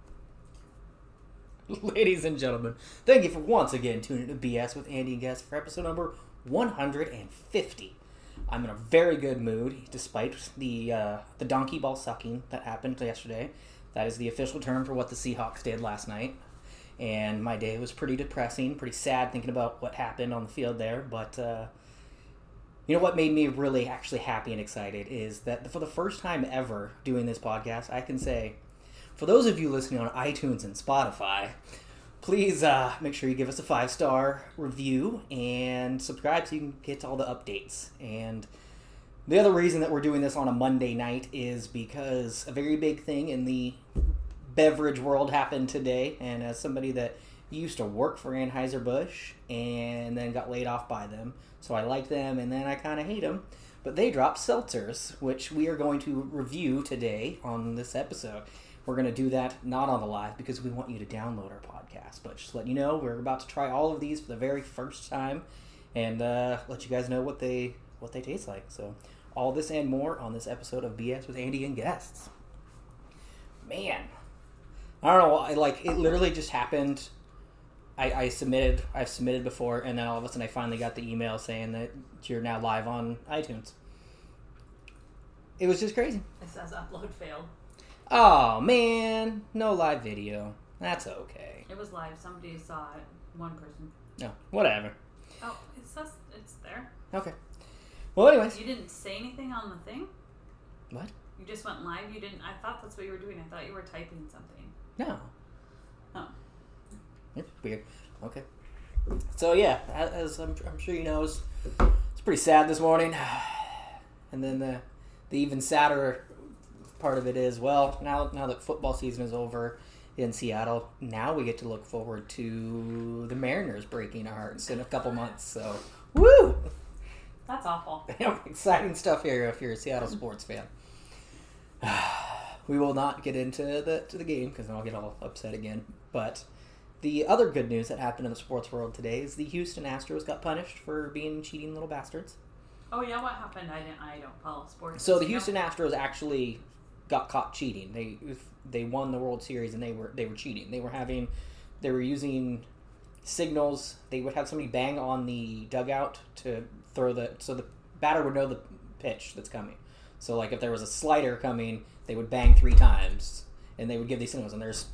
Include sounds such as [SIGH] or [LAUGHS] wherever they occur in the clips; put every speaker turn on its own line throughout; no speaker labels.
[LAUGHS] Ladies and gentlemen, thank you for once again tuning to BS with Andy and Guest for episode number 150. I'm in a very good mood, despite the uh, the donkey ball sucking that happened yesterday. That is the official term for what the Seahawks did last night. And my day was pretty depressing, pretty sad, thinking about what happened on the field there. But uh, you know what made me really actually happy and excited is that for the first time ever doing this podcast, I can say for those of you listening on iTunes and Spotify, please uh, make sure you give us a five star review and subscribe so you can get to all the updates. And the other reason that we're doing this on a Monday night is because a very big thing in the beverage world happened today. And as somebody that used to work for Anheuser-Busch and then got laid off by them, so I like them and then I kind of hate them. But they dropped seltzers, which we are going to review today on this episode. We're going to do that not on the live because we want you to download our podcast. But just let you know, we're about to try all of these for the very first time, and uh, let you guys know what they what they taste like. So, all this and more on this episode of BS with Andy and guests. Man, I don't know. I like it. Literally just happened. I, I submitted. I've submitted before, and then all of a sudden, I finally got the email saying that you're now live on iTunes. It was just crazy.
It says upload fail.
Oh man, no live video. That's okay.
It was live. Somebody saw it. One person.
No, whatever.
Oh, it says it's there.
Okay. Well, anyways,
You didn't say anything on the thing.
What?
You just went live. You didn't. I thought that's what you were doing. I thought you were typing something.
no,
Oh,
it's weird. Okay. So yeah, a- as I'm, I'm sure you know, it's, it's pretty sad this morning, [SIGHS] and then the the even sadder part of it is well now now that football season is over in Seattle, now we get to look forward to the Mariners breaking our hearts in a couple months. So woo!
that's awful.
[LAUGHS] exciting stuff here if you're a Seattle sports fan. [SIGHS] we will not get into the to the game because then I'll get all upset again. But the other good news that happened in the sports world today is the Houston Astros got punished for being cheating little bastards.
Oh yeah, what happened? I didn't. I don't follow sports.
So the
you know?
Houston Astros actually got caught cheating. They they won the World Series and they were they were cheating. They were having they were using signals. They would have somebody bang on the dugout to throw the so the batter would know the pitch that's coming. So like if there was a slider coming, they would bang three times and they would give these signals. And there's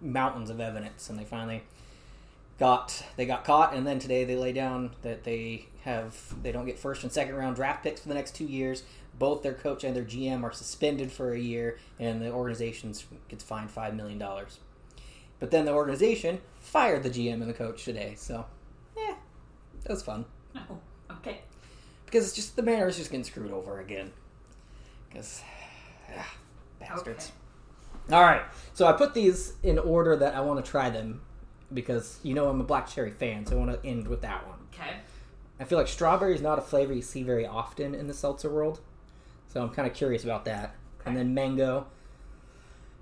mountains of evidence. And they finally got they got caught. And then today they lay down that they have they don't get first and second round draft picks for the next two years. Both their coach and their GM are suspended for a year, and the organization gets fined five million dollars. But then the organization fired the GM and the coach today. So, yeah, that was fun
[LAUGHS] No. Okay.
because it's just the Mariners just getting screwed over again. Because ah, bastards. All right, so I put these in order that I want to try them because you know I'm a black cherry fan, so I want to end with that one.
Okay.
I feel like strawberry is not a flavor you see very often in the seltzer world, so I'm kind of curious about that. And then mango,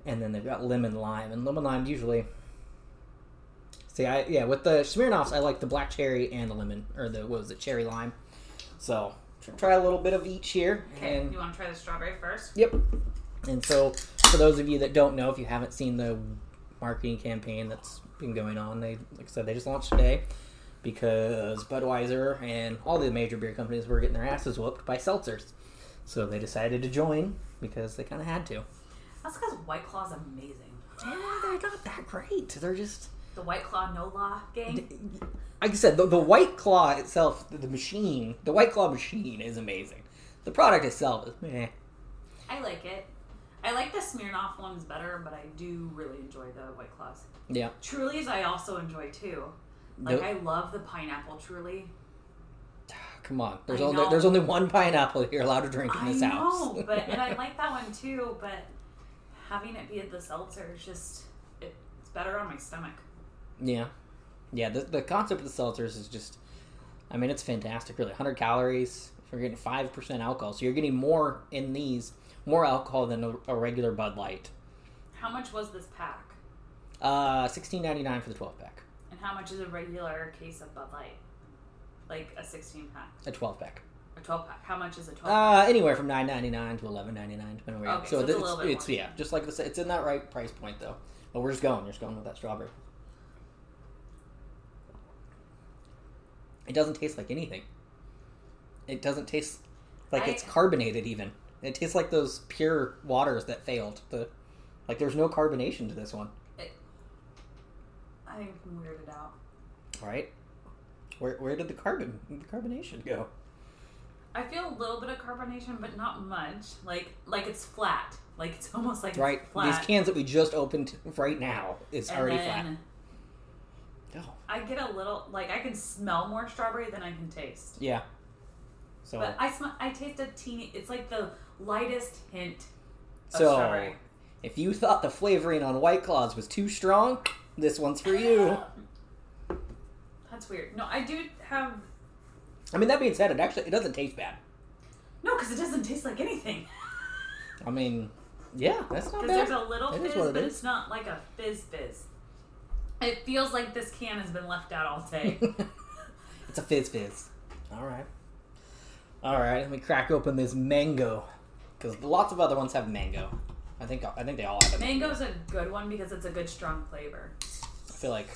and then they've got lemon lime, and lemon lime usually. See, I yeah, with the Smirnoffs, I like the black cherry and the lemon, or the what was it, cherry lime. So tr- try a little bit of each here,
Okay.
and
you want to try the strawberry first?
Yep. And so, for those of you that don't know, if you haven't seen the marketing campaign that's been going on, they like I said, they just launched today because Budweiser and all the major beer companies were getting their asses whooped by seltzers. So they decided to join because they kind of had to.
That's because White Claw's amazing.
Yeah, they're not that great. They're just
The White Claw No Law gang.
like I said, the, the White Claw itself, the, the machine, the White Claw machine is amazing. The product itself is meh.
I like it. I like the Smirnoff ones better, but I do really enjoy the White Claws.
Yeah.
Trulies I also enjoy too. Like
Nope.
I love the pineapple Truly.
[SIGHS] Come on. There's
I
only
know.
there's only one pineapple that you're allowed to drink in this
I
house. [LAUGHS]
know, [LAUGHS] but and I like that one too. But having it be the seltzer is just it, it's better on my stomach.
Yeah, yeah. The, the concept of the seltzers is just, I mean, it's fantastic. Really, 100 calories. We're getting five percent alcohol, so you're getting more in these, more alcohol than a, a regular Bud Light.
How much was this pack?
Uh, 16.99 for the 12 pack.
And how much is a regular case of Bud Light? Like a sixteen pack,
A 12 pack.
a twelve pack. How much is a twelve?
Uh, anywhere from 9.99 to 11.99, depending on where. you so
Okay, so it's a
it's,
little
it's,
bit
it's
more.
yeah, just like I said, it's in that right price point though. But we're just going, we're just going with that strawberry. It doesn't taste like anything. It doesn't taste like
I-
it's carbonated even. It tastes like those pure waters that failed. The like there's no carbonation to this one.
I think I'm weirded out.
All right. Where where did the carbon the carbonation go?
I feel a little bit of carbonation, but not much. Like like it's flat. Like it's [LAUGHS] almost like it's
Right.
flat.
These cans that we just opened right now is
and
already flat.
then
Oh,
I get a little like I can smell more strawberry than I can taste.
yeah. So
But I smell I taste a teeny. It's like the lightest hint of
So-
strawberry.
if you thought the flavoring on White Claws was too strong, this one's for you.
[GASPS] That's weird. No, I do have
I mean, that being said, it actually it doesn't taste bad.
no because it doesn't taste
[LAUGHS]
like anything.
I mean, yeah, that's not
Because there's
bad.
a little
It is
fizz,
what it
but
is.
it's not like a fizz fizz. It feels like this can has been left out all
[LAUGHS]
day.
it's a fizz fizz. All right, all right. Let me crack open this mango because lots of other ones have mango. I think I think they all have it.
Mango's a good one because it's a good strong flavor.
I feel like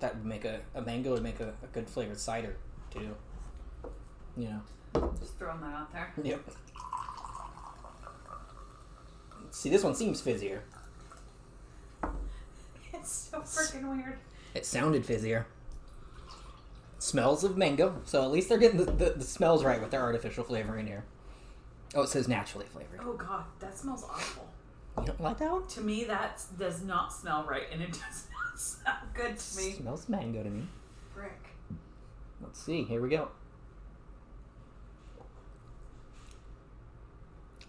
that would make a, a mango would make a, a good flavored cider too. You know.
Just throwing that out there. [LAUGHS]
Yep. See, this one seems fizzier.
It's so freaking weird.
It sounded fizzier. Smells of mango, so at least they're getting the, the, the smells right with their artificial flavoring here. Oh, it says naturally flavored.
Oh god, that smells awful.
You don't like that one?
To me, that does not smell right, and it [LAUGHS] does not sound good to me.
Smells mango to me.
Frick.
Let's see. Here we go.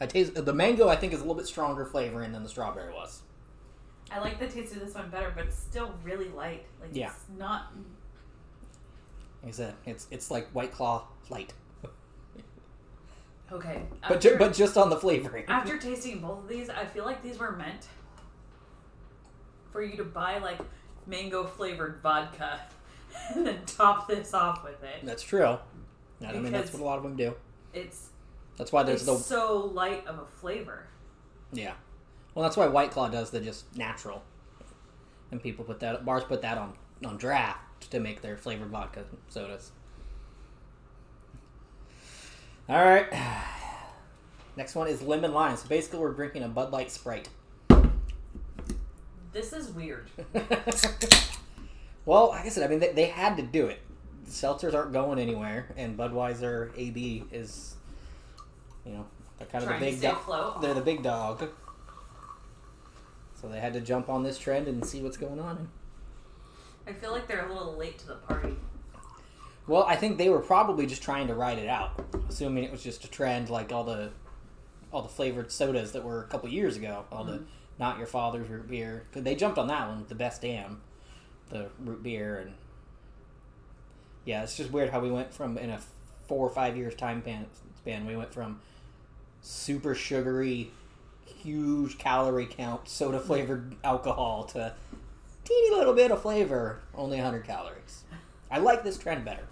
I taste the mango. I think is a little bit stronger flavoring than the strawberry was.
I like the taste of this one better, but it's still really light. Like
Yeah.
it's not.
Like I said, it's it's like White Claw light,
Okay.
but ju- but just on the flavoring.
After tasting both of these, I feel like these were meant for you to buy like mango flavored vodka [LAUGHS] and then top this off with it.
That's true. I mean, that's
Because-
what a lot of them do.
It's
That's why there's
it's
the
so light of a flavor.
Yeah. Well, that's why White Claw does the just natural, and people put that bars put that on on draft to make their flavored vodka sodas. All right. [SIGHS] Next one is lemon lime. So basically, we're drinking a Bud Light Sprite. [LAUGHS]
This is weird.
well, like I said, I mean they, they had to do it. Seltzers aren't going anywhere, and Budweiser AB is, you know, they're kind of
Trying
the
to
big
stay
dog.
afloat.
They're the big dog. So they had to jump on this trend and see what's going on.
I feel like they're a little late to the party.
Well, I think they were probably just trying to ride it out, assuming it was just a trend like all the all the flavored sodas that were a couple years ago, all the not your father's root beer. 'Cause They jumped on that one, the best damn, the root beer and yeah, it's just weird how we went from in a four or five years time pan, span, we went from super sugary, huge calorie count soda flavored alcohol to teeny little bit of flavor, only 100 calories. I like this trend better.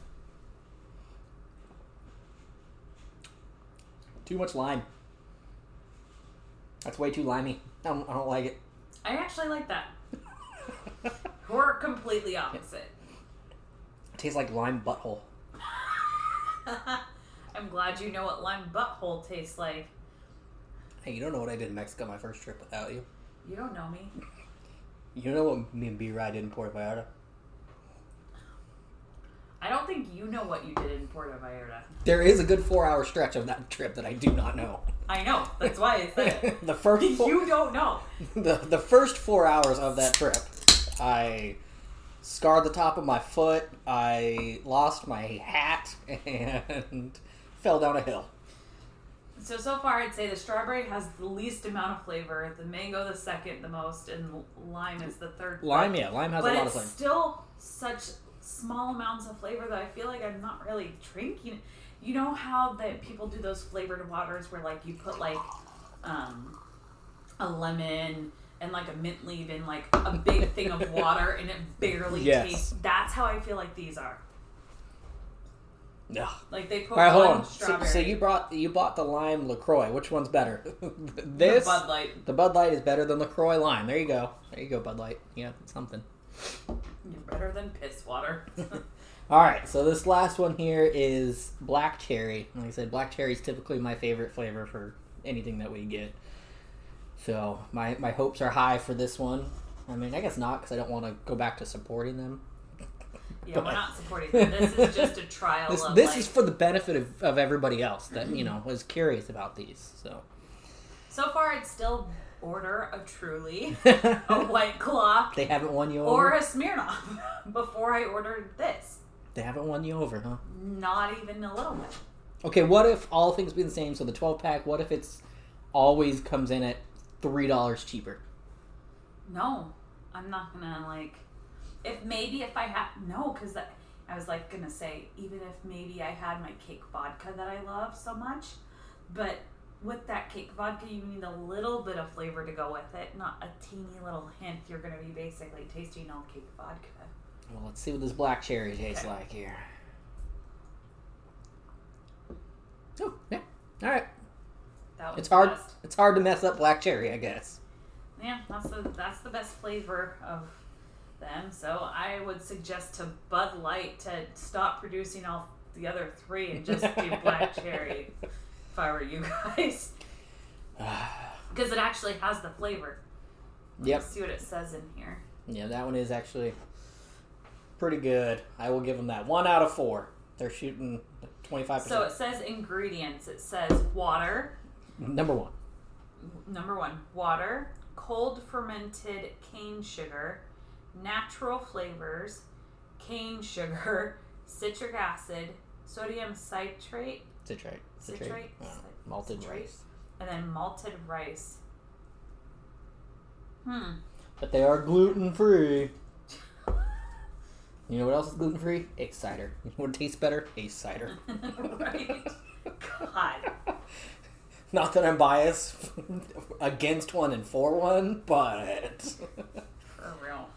Too much lime. That's way too limey. I don't, I don't like [LAUGHS] it.
I actually like that. We're completely opposite. [LAUGHS]
tastes like lime butthole.
I'm glad you know what lime butthole tastes like.
Hey, you don't know what I did in Mexico my first trip without you.
You don't know me.
You know what me and B Rye did in Puerto Vallarta?
I don't think you know what you did in Puerto Vallarta.
There is a good four hour stretch of that trip that I do not know. [LAUGHS]
I know. That's why I said it.
the first four,
You don't know.
[LAUGHS] the, the first four hours of that trip, I scarred the top of my foot, I lost my hat, [LAUGHS] and fell down a hill.
So so far, I'd say the strawberry has the least amount of flavor, the mango the second the most, and l- lime is the third.
Lime, yeah, lime has
but
a lot
it's
of flavor.
still such small amounts of flavor that I feel like I'm not really drinking. it. You know how that people do those flavored waters where like you put like um, a lemon and like a mint leaf in like a big
[LAUGHS]
thing of water and it barely
Yes.
tastes. That's how I feel like these are.
No.
Like they put
All right, hold
one
on. So,
strawberry.
so you brought you bought the lime Lacroix. Which one's better? [LAUGHS] this
the Bud Light.
the Bud Light is better than Lacroix lime. There you
[LAUGHS]
go. There you go, Bud Light. Yeah, something.
You're better than piss water. [LAUGHS]
All right, so this last one here is black cherry. Like I said, black cherry is typically my favorite flavor for anything that we get. So my my hopes are high for this one. I mean, I guess not because I don't want to go back to supporting them.
Yeah, we're not supporting them. This is just a trial
This
of
this
like,
is for the benefit of, of everybody else that you
[CLEARS THROAT]
know was curious about these. So
so far it's still order a truly,
[LAUGHS]
a white claw,
they haven't won you
or
over.
a Smirnoff [LAUGHS] before I ordered this.
They haven't won you over, huh?
Not even a little bit.
Okay, what if all things being the same? So the twelve pack. What if it's always comes in at three dollars cheaper?
No, I'm not gonna like. If maybe if I had no, because I was like gonna say even if maybe I had my cake vodka that I love so much, but with that cake vodka you need a little bit of flavor to go with it, not a teeny little hint. You're gonna be basically tasting all cake vodka.
Well, let's see what this black cherry tastes
Okay.
like here. Oh yeah, all right.
That was
It's hard.
the best.
It's hard to mess up black cherry, I guess.
Yeah, that's the that's the best flavor of them. So I would suggest to Bud Light to stop producing all the other three and just
[LAUGHS]
do black cherry. [LAUGHS] If I were you guys, [LAUGHS] because it actually has the flavor.
Yep.
Let's see what it says in here.
Yeah, that one is actually pretty good. I will give them that. One out of four. They're shooting twenty five
So
percent.
it says ingredients. It says water.
Number one.
Number one, water, cold fermented cane sugar, natural flavors, cane sugar, [LAUGHS] citric acid, sodium citrate,
Citrate. Citrate.
Citrate?
Yeah.
Cit-
Malted
citrate?
rice.
and then malted rice. Hmm.
But they are gluten free. You know what else is gluten free? Ace cider. You know what tastes better? Ace cider.
[LAUGHS] right. God.
Not that I'm biased against one and for one,
[LAUGHS]
but
[LAUGHS] For real.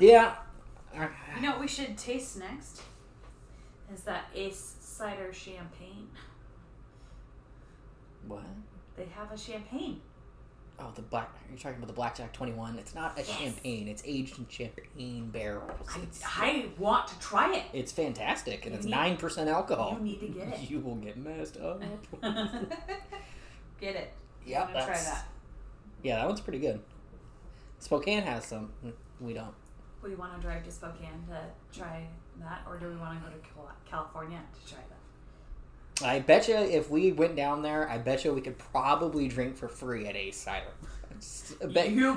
yeah.
You know what we should taste next? Is that Ace Cider Champagne.
What?
They have a champagne.
Oh, the black. You're talking about the Blackjack 21. It's not a
Yes.
champagne. It's aged in champagne barrels.
I,
It's,
I want to try it.
it's fantastic, and
You
it's
need-
nine percent alcohol.
You need to
[LAUGHS]
get it.
You will get messed
[LAUGHS]
up.
Get it.
yeah,
I'm gonna try
that's,
that.
yeah, that one's pretty good. Spokane has some. We don't.
We want to drive to Spokane to try that, or do we want to go to Cal- California to try that?
I bet you if we went down there, I bet you we could probably drink for free at Ace Cider. I just- I bet,
you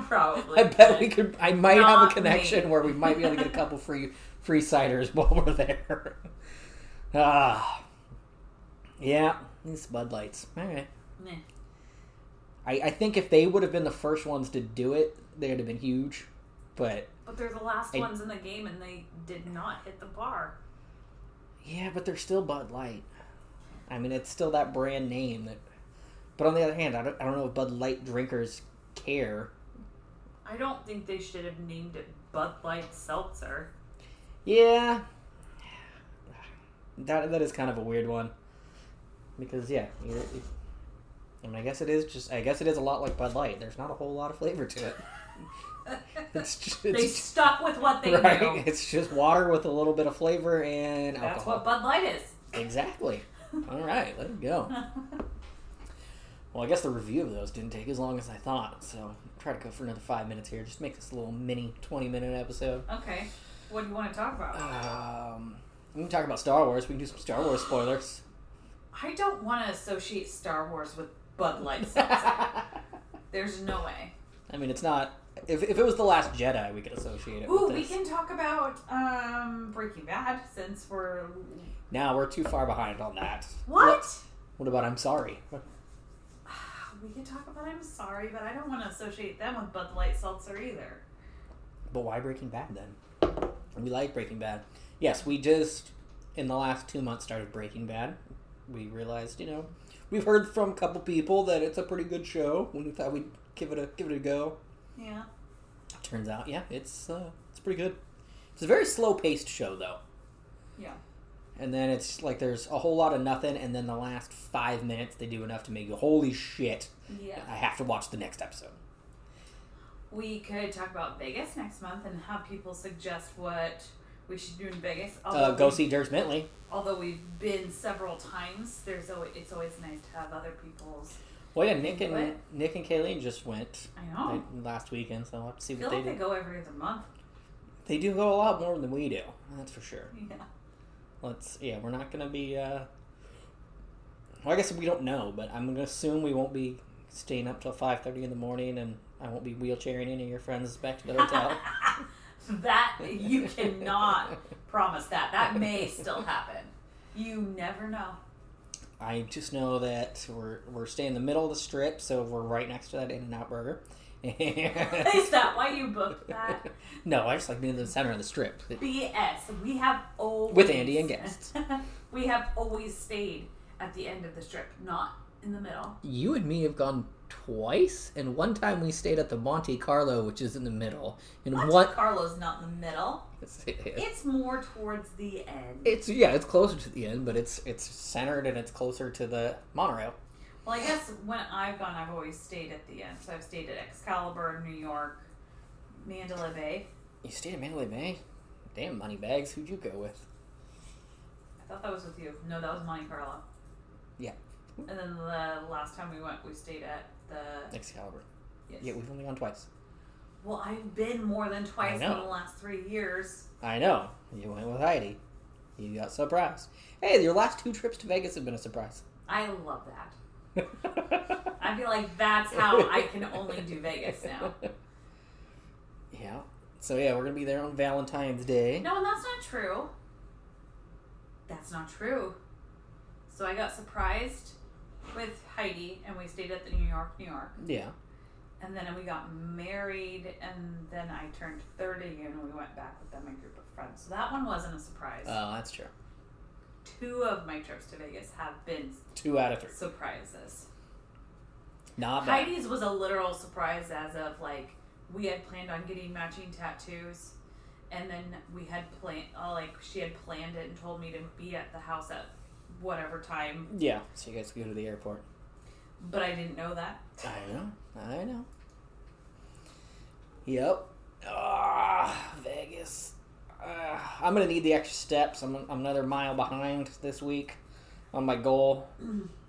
[LAUGHS]
probably.
I bet
could.
we could. I might have
Not
a connection
me.
where we might be able to get a couple free free ciders [LAUGHS] while we're there. [LAUGHS] Ah, yeah, these Bud Lights. All right.
Nah.
I, I think if they would have been the first ones to do it, they'd have been huge. But
But they're the last
I-
ones in the game, and they did not hit the bar.
yeah, but they're still Bud Light. I mean, it's still that brand name that. But on the other hand, I don't, I don't know if Bud Light drinkers care.
I don't think they should have named it Bud Light Seltzer.
Yeah. That that is kind of a weird one. Because yeah, you're, it, I mean, I guess it is just. I guess it is a lot like Bud Light. There's not a whole lot of flavor to it. [LAUGHS] It's just, it's
they stuck with what they
right. [LAUGHS]
knew.
It's just water with a little bit of flavor and
That's
alcohol.
what Bud Light is. [LAUGHS]
Exactly. All right, let it go. Well, I guess the review of those didn't take as long as I thought, so try to go for another five minutes here. Just make this a little mini twenty-minute episode.
okay. What do you want to talk about?
Um, we can talk about Star Wars. We can do some Star Wars
[LAUGHS]
spoilers.
I don't want to associate Star Wars with
[LAUGHS]
Bud Light Seltzer.
I
There's no way.
mean, it's not. If, if it was the Last Jedi, we could associate it.
Ooh,
with
we
this.
can talk about um, Breaking Bad since we're
Now we're too far behind on that.
what?
What about I'm sorry?
We can talk about I'm sorry, but I don't want to associate them with Bud Light Seltzer either.
But why Breaking Bad then? We like Breaking Bad. Yes, we just in the last two months started Breaking Bad. We realized, you know, we've heard from a couple people that it's a pretty good show. We thought we'd give it a give it a go.
Yeah.
Turns out, yeah, it's uh, it's pretty good. It's a very slow paced show though.
Yeah.
And then it's like there's a whole lot of nothing, and then the last five minutes they do enough to make you holy shit.
Yeah.
I have to watch the next episode.
We could talk about Vegas next month and have people suggest what we should do in Vegas.
Uh,
Although
go
we-
see Dirk Bentley.
Although we've been several times, there's always, it's always nice to have other people's.
Well, yeah, Nick and
What?
Nick and Kayleen just went
I know.
like, last weekend, so I'll have to see
Oh. I feel
what they
like
do.
they go every other month.
They do go a lot more than we do. That's for sure.
Yeah.
Let's. Yeah, we're not gonna be. uh Well, I guess we don't know, but I'm gonna assume we won't be staying up till five thirty in the morning, and I won't be wheelchairing any of your friends back to the hotel.
[LAUGHS]
[LAUGHS]
that you cannot promise that. That may still happen. You
[LAUGHS]
never know.
I just know that we're we're staying in the middle of the strip, so we're right next to that In and Out Burger. [LAUGHS]
Is that why you booked that?
no, I just like being in the center of the strip.
BS. We have always
With Andy and guests.
[LAUGHS] we have always stayed at the end of the strip, not in the middle.
You and me have gone twice, and one time we stayed at the Monte Carlo, which is in the middle. And
Monte
what?
Carlo's not in the middle. It's more towards the end.
It's yeah, it's closer to the end, but it's it's centered and it's closer to the monorail.
Well, I guess when I've gone, I've always stayed at the end. So I've stayed at Excalibur, New York, Mandalay Bay.
You stayed at Mandalay Bay. Damn money bags. Who'd you go with?
I thought that was with you. No, that was Monte Carlo.
Yeah.
And then the last time we went, we stayed at the.
Excalibur.
Yes.
Yeah, we've only gone twice.
Well, I've been more than twice in
know.
the last three years.
I know. You went with Heidi. You got surprised. Hey, your last two trips to Vegas have been a
[LAUGHS]
surprise.
I love that. I feel
[LAUGHS]
like that's how I can only do Vegas now.
Yeah. So yeah, we're gonna be there on Valentine's Day.
No, and that's not true. That's not true. So I got surprised with Heidi, and we stayed at the New York, New York,
Yeah.
and then we got married, and then I turned thirty, and we went back with them, my group of friends. So that one wasn't a surprise.
Oh, that's true.
Two of my trips to Vegas have been
Two out of three.
surprises.
Not bad.
Heidi's was a literal surprise, as of like we had planned on getting matching tattoos, and then we had planned uh, like she had planned it and told me to be at the house at whatever time,
Yeah. So you guys go to the airport.
but I didn't know that.
I know. I know. Yep. Ah, Vegas. Ah, I'm gonna need the extra steps. I'm, I'm another mile behind this week on my [CLEARS THROAT] goal.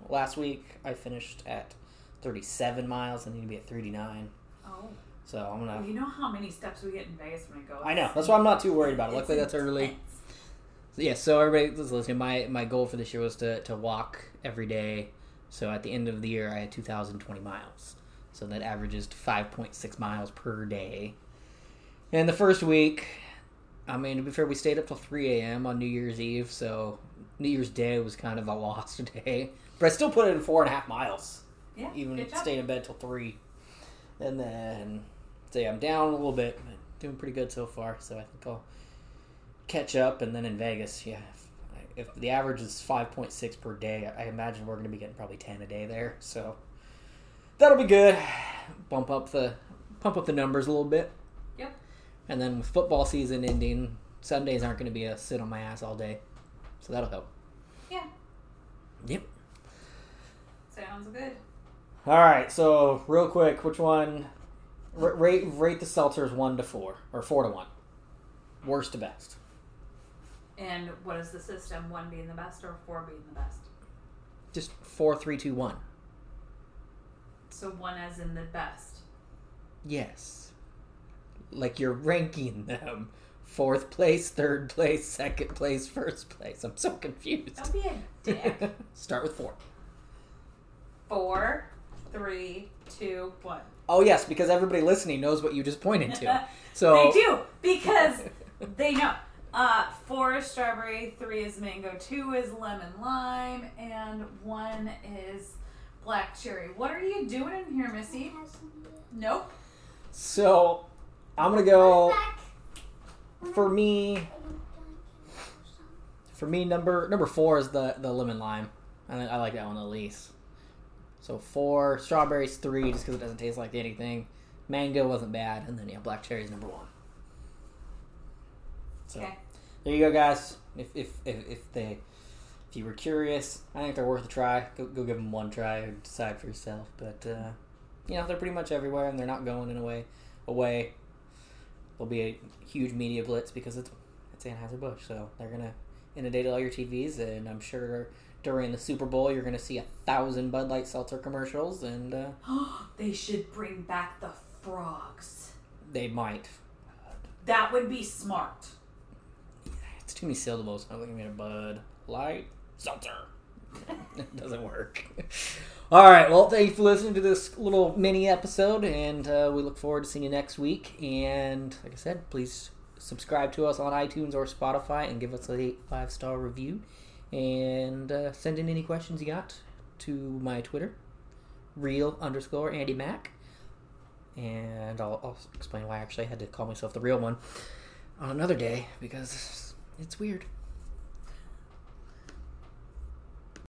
Last week I finished at 37 miles. I need to be at 39.
Oh,
So I'm gonna.
you know how many steps we get in Vegas when we go.
I know. That's why I'm not too worried about it.
It's
Luckily, that's early.
intense.
Yeah. So everybody that's listening, my my goal for this year was to to walk every day. So at the end of the year, I had 2,020 miles. So that averages to 5.6 miles per day. And the first week, I mean, to be fair, we stayed up till 3 a.m. on New Year's Eve. So New Year's Day was kind of a [LAUGHS] lost day. But I still put in four and a half miles
Yeah,
even
good job.
staying in bed till three. And then say I'm down a little bit, but doing pretty good so far. So I think I'll catch up. And then in Vegas, yeah, if, if the average is five point six per day, I imagine we're going to be getting probably ten a day there. So that'll be good. Bump up the pump up the numbers a little bit.
Yep.
And then with football season ending, Sundays aren't going to be a sit on my ass all day. So that'll help.
Yeah.
Yep.
Sounds good.
All right, so real quick, which one? R- rate rate the seltzers one to four or four to one, worst to best.
And what is the system? One being the best or four being the best?
Just four, three, two, one.
So one as in the best.
Yes. Like you're ranking them: fourth place, third place, second place, first place. I'm so confused.
Don't be a Oh,
[LAUGHS]
dick.
Start with four.
Four, three, two, one.
Oh yes, because everybody listening knows what you just pointed to.
[LAUGHS]
So
They do because they know. Uh, four is strawberry, three is mango, two is lemon lime, and one is black cherry. What are you doing in here, Missy? Nope.
so I'm gonna go for me. For me, number number four is the the lemon lime. I, I like that one the least. So four strawberries, three just because it doesn't taste like anything. Mango wasn't bad, and then yeah, black cherry's number one. So
Okay. [GASPS]
there you go, guys. If if if, if they if you were curious, I think they're worth a try. Go, go give them one try and decide for yourself. But uh, you know they're pretty much everywhere, and they're not going in a way away. There'll be a huge media blitz because it's It's Anheuser Busch, so they're gonna inundate all your TVs, and I'm sure during the Super Bowl you're gonna see a thousand Bud Light Seltzer commercials, and uh,
they should bring back the frogs.
they might.
That would be smart.
It's too many syllables. I think I'm gonna Bud Light Seltzer. [LAUGHS] it doesn't work. [LAUGHS] All right. Well, thank you for listening to this little mini episode, and uh, we look forward to seeing you next week. And like I said, please subscribe to us on iTunes or Spotify and give us a five star review. And uh, send in any questions you got to my Twitter, real underscore Andy Mac. And I'll, I'll explain why I actually had to call myself the real one on another day because it's weird.